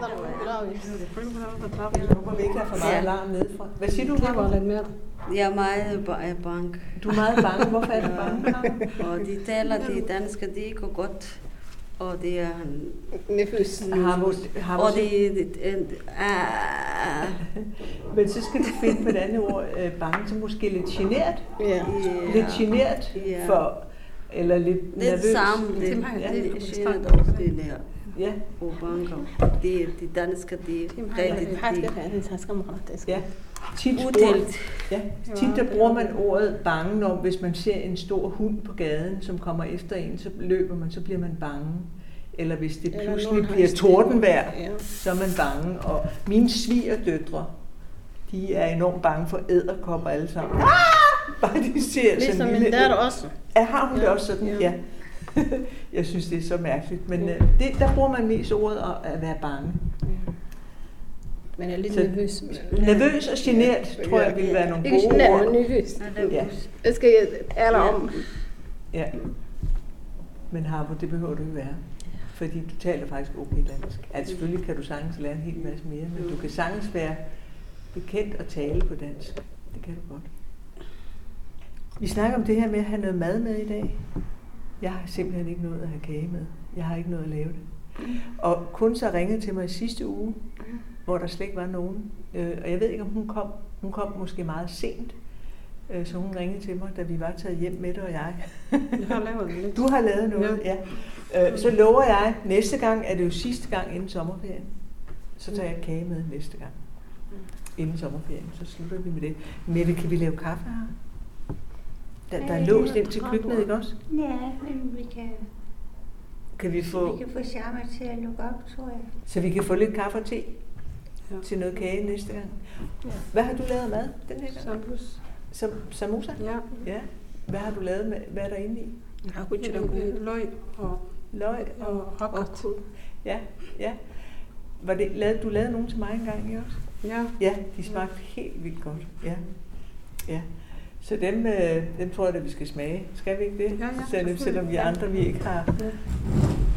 Beklager. Jeg håber, vi ikke har for meget Ja. alarm nedefra. Hvad siger du, Der var Ragnhild? lidt mere. Jeg er meget ba- er bange. Du er meget bange. Hvorfor er du bange? Og de taler, de dansker, de går godt. Og det er han. Neføs. Har vores, har Og vores, det er... Men så skal du finde på et andet ord, øh, bange, så måske lidt generet. Ja. Lidt generet Ja. for, eller lidt Det er det nervøs. samme. Det, Ja. det er sjældent også det der. Ja, Og banker. Det, de dansker, de er Det har rigtig jeg været en taskamarat. Det skal ja. Tit, bruger, udelt. ja. Tit der bruger man ordet bange, når hvis man ser en stor hund på gaden, som kommer efter en, så løber man, så bliver man bange. Eller hvis det Eller nogen pludselig har bliver en- tordenvejr, Ja. så er man bange. Og mine svigerdøtre, de er enormt bange for æderkopper alle sammen. Ah! Bare de ser Ligesom sådan min lille... datter også. Ja, har hun ja. Ja, det også sådan? ja. Ja. jeg synes, det er så mærkeligt. Men Ja. øh, det, der bruger man mest ordet at, at være bange. Men jeg er lidt Så- nervøs. Nervøs og genert, tror jeg, ville være nogle Ikke gode sådan, men ord. nervøs. Ja. Det skal jeg alle om. Ja. Men Harbo, det behøver du ikke være. Fordi du taler faktisk okay dansk. Altså selvfølgelig kan du sagtens lære en hel masse mere, men du kan sagtens være bekendt og tale på dansk. Det kan du godt. Vi snakker om det her med at have noget mad med i dag. Jeg har simpelthen ikke noget at have kage med. Jeg har ikke noget at lave det. Og kun så ringede til mig i sidste uge, hvor der slet ikke var nogen. Øh, Og jeg ved ikke, om hun kom. Hun kom måske meget sent. Øh, Så hun ringede til mig, da vi var taget hjem med det og jeg. Jeg har lavet lidt. Du har lavet noget, ja. ja. Øh, så lover jeg, næste gang er det jo sidste gang inden sommerferien. Så tager jeg kage med næste gang. Inden sommerferien, så slutter vi med det. Mette, kan vi lave kaffe her? Der, der er Ja, låst ja, ind til der er køkkenet, bord. ikke også? Ja, men vi kan, Kan vi vi få, kan få Sharma til at lukke op, tror jeg. så vi kan få lidt kaffe og te Ja. til noget kage næste gang. Ja. Hvad har du lavet af mad den her gang? Sambus. Som, samosa? Ja. Ja. Hvad har du lavet med, hvad er der inde i? Jeg har kunnet løg og Løg og... og rokkert. Ja, ja. Var det, lavede, du lavede nogen til mig engang, ikke også? Ja. Ja, de smagte helt vildt godt. Ja. ja. Så dem, øh, dem tror jeg, at vi skal smage. Skal vi ikke det? Ja, ja, selvom, selvom vi andre vi ikke har,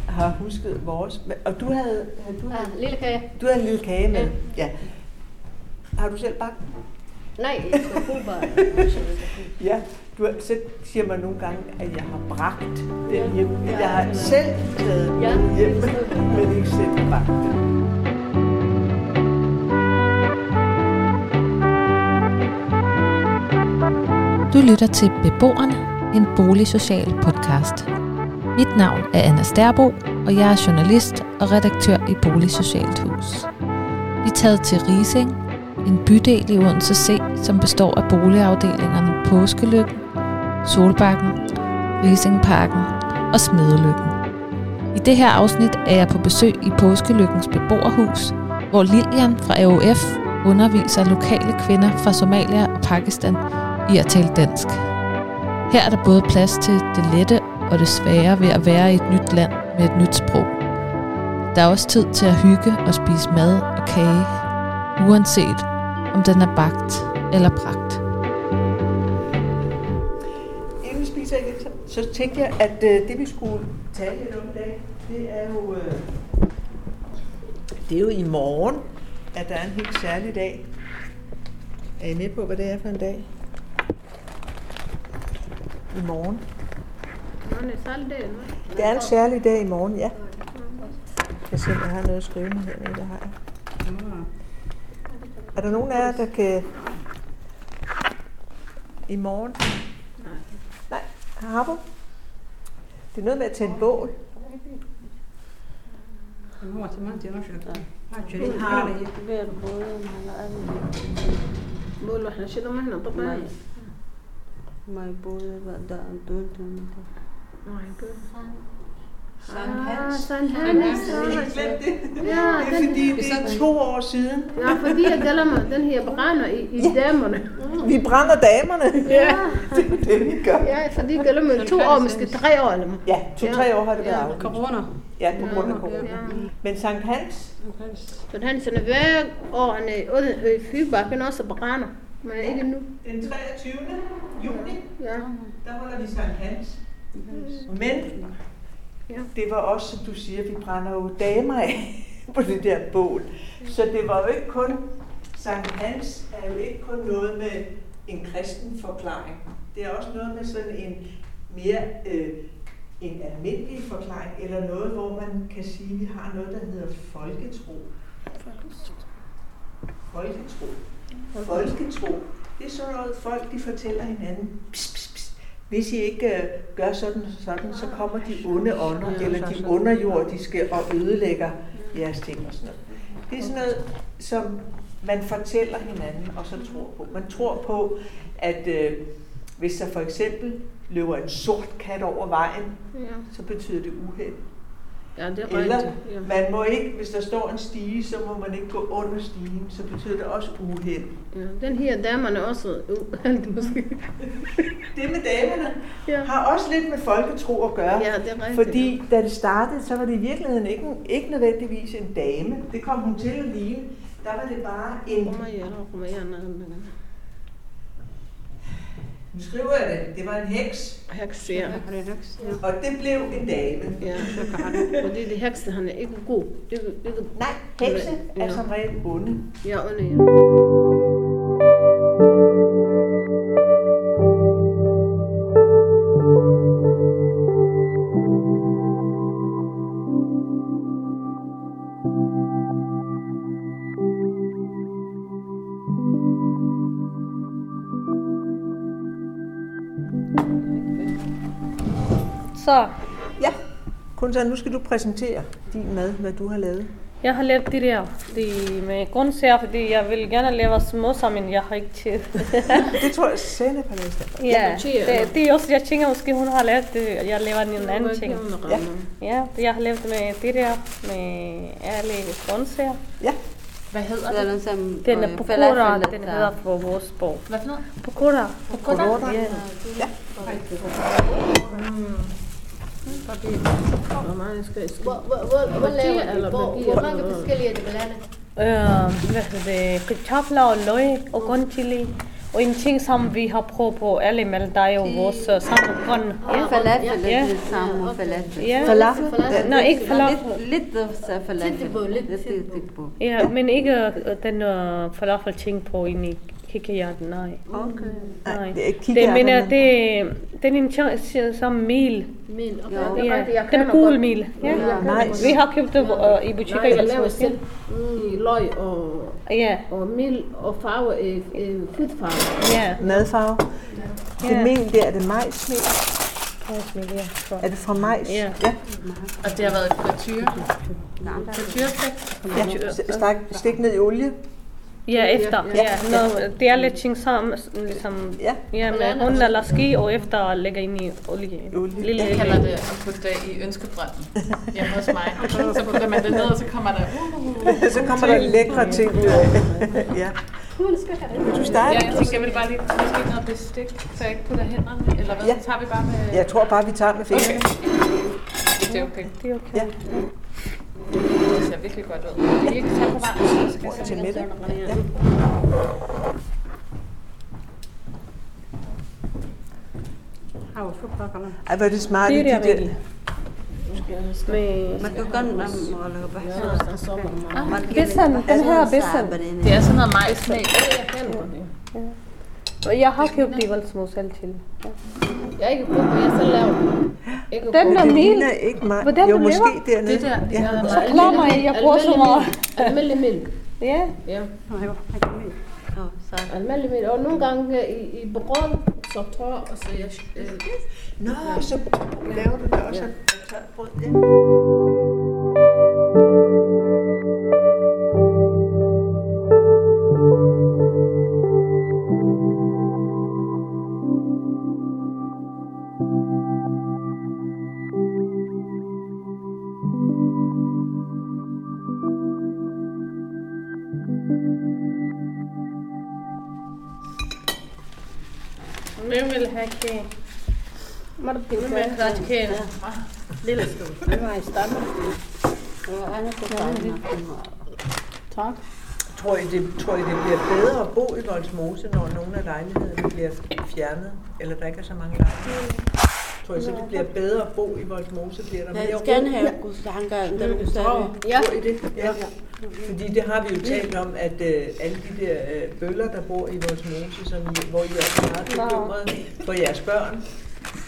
har husket vores. Men- Og du havde, havde du, Ja, havde, lille kage. du havde en lille kage med. Ja. Har du selv bagt? Nej, Ja. Du har, så siger man nogle gange, at jeg har bragt den hjem. Jeg har selv taget Ja, den hjem, det er sådan. men ikke selv bagt den. Du lytter til Beboerne, en boligsocial podcast. Mit navn er Anna Sterbo, og jeg er journalist og redaktør i Boligsocialt Hus. Vi er taget til Rising, en bydel i Odense C, som består af boligafdelingerne Påskelykken, Solbakken, Risingparken og Smedelykken. I det her afsnit er jeg på besøg i Påskelykkens beboerhus, hvor Lilian fra AOF underviser lokale kvinder fra Somalia og Pakistan i at tale dansk. Her er der både plads til det lette og det svære ved at være i et nyt land med et nyt sprog. Der er også tid til at hygge og spise mad og kage, uanset om den er bagt eller bragt. inden vi spiser igen, så, så tænkte jeg, at øh, det vi skulle tale lidt om i dag, det er jo... Øh, det er jo i morgen, at der er en helt særlig dag. Er I med på, hvad det er for en dag? I morgen. Det er en særlig dag i morgen, ja. Jeg ser, jeg har noget at skrive med hernede, det har jeg. Er der nogen af jer, der kan... I morgen? Nej, Harbo? Det er noget med at tænde bål. هو 8 رشقة Vi 20 har حالة hver både eller alle. بقول احنا شلنا مهنة Nej. طبعا Mig både, hvad der er dødt. My God. Sankt Ah, Hans. Sankt Hans. Glem det. Ja, Det er den, fordi, det er to år siden. ja, fordi jeg glemmer, den her brænder i, i damerne. Vi brænder damerne. Ja. Det er det, vi gør. Ja, fordi jeg glemmer to år, måske tre år eller noget. Ja, to-tre år har det været aflyst. Corona. Ja, på grund af corona. Ja. Men Sankt Hans, Men han sender hver år, han er ude i Fybakken også brænder. Men ikke nu. den 23. juni, Ja. der holder vi Sankt Hans. Men Ja. det var også, som du siger, vi brænder jo damer af på det der bål. Så det var jo ikke kun, Sankt Hans er jo ikke kun noget med en kristen forklaring. Det er også noget med sådan en mere øh, en almindelig forklaring, eller noget, hvor man kan sige, at vi har noget, der hedder folketro. Folketro. Folketro. Det er sådan noget, folk de fortæller hinanden. Psst, psst, psst. Hvis I ikke øh, gør sådan og sådan, så kommer de onde ånder, eller de underjordiske og ødelægger jeres ting og sådan noget. Det er sådan noget, som man fortæller hinanden, og så tror på. Man tror på, at øh, hvis der for eksempel løber en sort kat over vejen, Ja, så betyder det uheld. ja det er Eller rigtigt. Ja. man må ikke, hvis der står en stige, så må man ikke gå under stigen, så betyder det også uheld. Ja. Den her damerne også uheldig måske. Det med damerne Ja. har også lidt med folketro at gøre. ja, det er rigtigt. Fordi da det startede, så var det i virkeligheden ikke, en- ikke nødvendigvis en dame. Det kom hun til at ligne. Der var det bare en Romaner, romaner, Nu skriver jeg det. Det var en heks, heks, ja. Har det højst? Ja. og det blev en dame. ja. Fordi de hekse, han er ikke god. Det, det, Nej, hekse er som regel onde. ja, onde, ja. Så Kun så nu skal du præsentere din mad, hvad du har lavet. jeg har lavet det der fordi med grøntsager, fordi jeg vil gerne lave smoothie, men jeg har ikke tid. Det tror jeg, Sanne har lavet. ja, noterer, eller? det, det, er også, jeg tænker måske, hun har lavet det, og jeg laver en anden ting. Ja. Ja, jeg har lavet med det der, med alle grøntsager. Ja, Hvad hedder Det er det? noget som... Den er øh, pakora, falafel, den der- hedder på vores sprog. Hvad for noget? Pakora. Kokoda? Ja. Hvor meget skal jeg skrive? Hvor, hvor, hvor, hvor laver Tortilla de? eller Hvor, papir, hvor eller mange hvad? forskellige er det, man laver? Øh, hvad hedder det? Kartofler og løg og grøn chili. Og en ting, som vi har prøvet på alle med dig og vores øh, sammen grøn. Ja, falafel, det Ja. er det samme Ja, med okay. falafel. Ja. falafel. Nej, ikke falafel. Lidt, lidt af falafel. Tæt på, lidt Det er tæt på. tæt på. Ja, men ikke øh, den øh, falafel ting på inde i kikkerhjerten, nej. Okay. Nej. det er ikke Det, men kikærten, øh, det, den er en chance som mel. Men, okay. Jo. Det er Ja, rigtigt, jeg den kender er gul godt. mel. Ja. Ja, jeg Nej, Vi har købt det øh, i butikker. Nej, jeg eller sådan laver noget. selv i løg og, Ja, og mel og farve, øh, øh, fedtfarve. ja. madfarve. Det Ja. mel der, er det majsmel? Majsmel, ja. tror Er jeg. det fra majs? Ja. Og det har været frityr. Frityrpæk. ja. S- Stik, stik ned i olie. Ja, efter. Ja, når det er lidt ting sammen, ligesom, Ja, ja, med hun eller ski, og efter lægger ind i olie. Olie. Lille, Jeg kalder det at putte det i ønskebrænden hjemme hos mig. Så putter man det ned, og så kommer der... så kommer der lækre ting ud af det. ja. Vil du starte? Ja, jeg tænkte, jeg ville bare lige måske noget bestik, så jeg ikke putter hænderne. Eller hvad, Ja. så tager vi bare med... Jeg tror bare, vi tager med fingrene. Det er okay. Det er okay. Ja. Det ser virkelig godt ud. Vil I ikke tage på varmen? Så skal Prøv jeg at se, tage om med jeg dig. kan lave noget. Ja. Hav, så pakker man. Ej, hvor er det smart. Det er at de det, jeg der- Med, Man kan godt lade mig Bissan, den her Bissan. Det er sådan noget majsmel. Og jeg har købt i Valsmo selv til. Jeg er ikke god, men jeg selv laver den. Ikke god. Den der Det mel, ligner ikke mig. Hvordan Jo, du måske lever? dernede. Det der, det Ja. der så klar mig, jeg bruger så meget. Almindelig mel. Ja, Ja, Åh, så almindelig mel. Og nogle gange øh, i, i brød, så tør, og så jeg... Øh, Nå, så laver du det også af tørt brød. Ja. hvem vil have kage? Må du pille med klart kage? lille stol. Det var i stammen. Det var andet på stammen. tak. Tror I, det, tror I, det bliver bedre at bo i Voldsmose, når nogle af lejlighederne bliver fjernet? Eller der ikke er så mange lejligheder? tror jeg så, det bliver bedre at bo i Voldemose, bliver der mere Jeg ro. skal have Gustanker, der vil stadig. Ja. Bor I det? Ja. Fordi det har vi jo talt om, at øh, alle de der øh, bøller, der bor i vores mose, som I, hvor I også er meget bekymrede for jeres børn,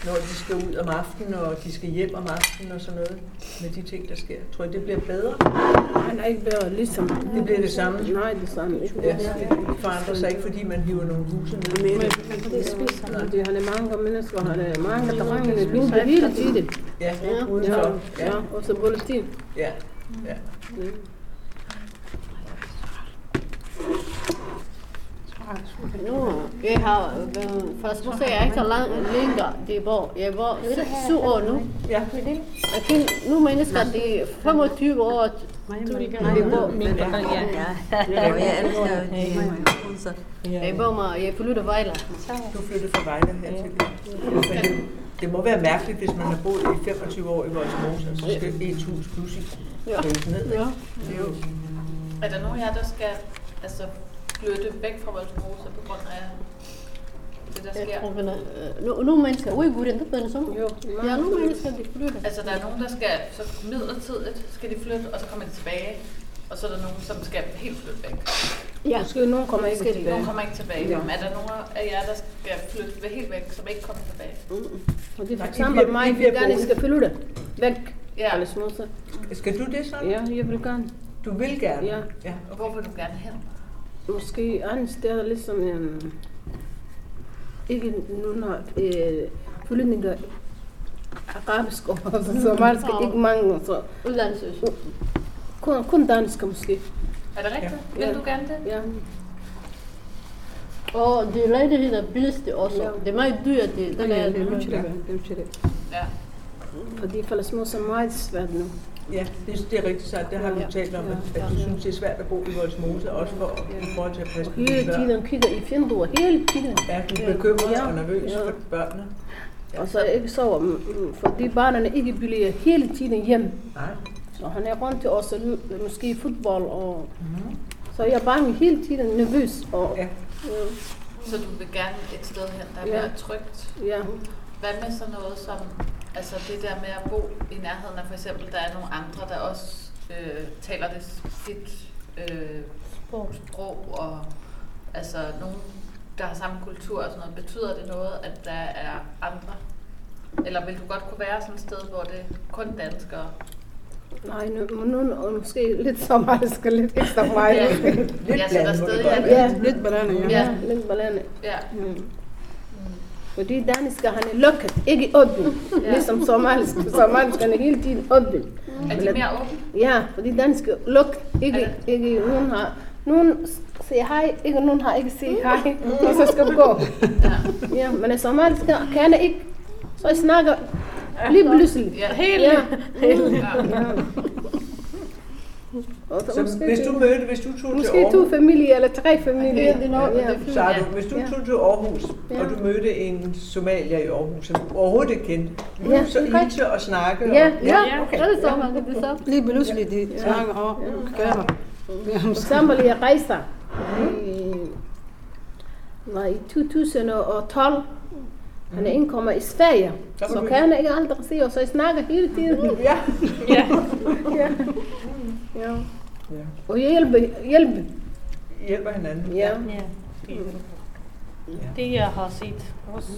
når de skal ud om aftenen, og de skal hjem om aftenen og sådan noget, med de ting, der sker. Tror I, det bliver bedre? Nej, der er ikke bedre, ligesom. Det bliver det samme. Nej, det er samme. Ikke? Ja, det forandrer sig ikke, fordi man hiver nogle huse ned. Men det spiser man. Det har det mange mennesker, har det mange, der mange, det bliver vildt i det. Ja, Ja, udenfor. ja, og så politik. ja. ja. Nu, jeg har været, for at jeg er ikke så lang, længere, det var, jeg var sy- syv år nu. Ja. Jeg kan, nu er mennesker, det er 25 år, det bor, Og jeg elsker jo de huser. jeg bor mig, jeg flytter Vejle. Du flyttede fra Vejle her til det. Det må være mærkeligt, hvis man har boet i 25 år i Voldemose, og så skal et hus pludselig rives ned. ikke? Det er jo Er der nogen af jer, der skal altså, flytte væk fra Voldemose på grund af det, der sker? Øh, Nu, nu er mennesker, ui gud, det er sådan. Ja, nu er mennesker, de flytter. Altså, der er nogen, der skal så midlertidigt skal de flytte, og så kommer de tilbage. Og så er der nogen, som skal helt flytte væk. Ja, Måske nogen kommer ikke tilbage. Nogen kommer ikke tilbage. Men Er der nogen af jer, der skal flytte helt væk, som ikke kommer tilbage? Mm. Og det er for Nej, I eksempel bliver- mig, I vi bliver gerne boende. skal flytte væk. Ja, Alle små så. Skal du det så? Ja, jeg vil gerne. Du vil gerne? Ja. ja. og hvor vil du gerne hen? Måske andet sted, ligesom en... Ikke nogen har øh, flytninger arabisk og så meget skal ikke mangle. Så. uddannelse. Kun, kun dansk måske. Er det rigtigt? Ja. Vil du gerne det? Ja. Og det er lejligheden er billigst også. Ja. Det er meget dyrt, det, der er det. Ja. Fordi Palasmos er meget svært nu. Ja, det, det er rigtigt sagt. Det har vi jo talt om, at, at du synes, det er svært at bo i Voldemose, også for, i forhold til at passe på Hele dine børn. tiden kigger i vinduer, hele tiden. Er du bekymret Ja. og nervøs Ja. for børnene? Og så ikke sover, mm, mm, fordi barnene ikke bliver hele tiden hjem. Nej. Så han er rundt til os, og l- måske fodbold. Og... Så jeg er bare hele tiden nervøs. Og... Ja. Ja. Så du vil gerne et sted hen, der er Ja. mere trygt? ja. Hvad med sådan noget som, altså det der med at bo i nærheden af for eksempel, der er nogle andre, der også øh, taler det s- dit øh, sprog. sprog, og altså nogen, der har samme kultur og sådan noget. Betyder det noget, at der er andre? Eller vil du godt kunne være sådan et sted, hvor det er kun danskere? Nej, nu, nu, nu og måske lidt så meget, skal lidt ekstra meget. Ja. måske. Ja, så der er blandet, må det stadig godt er- være. ja, lidt banane, ja. Ja. ja. lidt banane. Ja, Mm. Fordi dansk han er lukket, ikke åben. Ja. Ja. Ligesom somalisk. Somalisk han er hele tiden åben. er de mere åbne? Ja, fordi dansk er lukket. Ikke, Er ikke, nogen har... Nogen s- siger hej, ikke nogen har ikke Hmm. sagt hej, og så skal gå. Ja, men somalisk kan jeg ikke. Så jeg snakker lige pludselig. Eh, Ja, helt. Ja. Ja. Ja. Og så Så måske hvis du mødte, hvis du tog til Måske to Aarhus, familier eller tre familier. Det er nok- det er fint. så du, hvis du Ja. tog til Aarhus, Ja. og du mødte en somalier i Aarhus, som du overhovedet ikke kendte, ville Ja, du så det er godt. hilse og snakke? Ja, og, ja. okay. Så er det så, man kan det så. Lige pludselig, de snakker og gør. For eksempel, jeg rejser i, nej, i 2012. Han er indkommet i Sverige. Der var Så du- kan jeg ikke aldrig se, og så jeg snakker hele tiden. Ja. Ja. Ja. Og hjælpe, hjælpe. Hjælper hinanden. Ja. Ja. Det jeg har set også.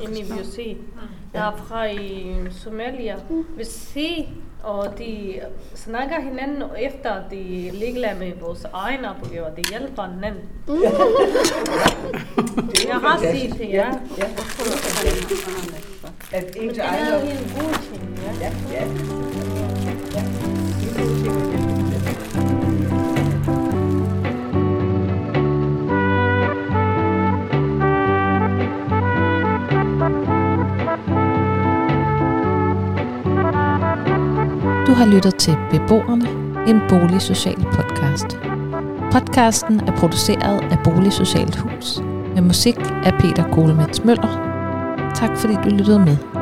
Hjemme i Biosé. Der er fra i Somalia. Vi ser, og de snakker hinanden og efter, at de ligger med vores egne opgaver. De hjælper hinanden. Jeg har set det, ja. At ens Det er ejendom... en god ting, ja. Ja, ja. Du har lyttet til Beboerne, en boligsocial podcast. Podcasten er produceret af Boligsocialt Hus med musik af Peter Kolemans Møller. Tak fordi du lyttede med.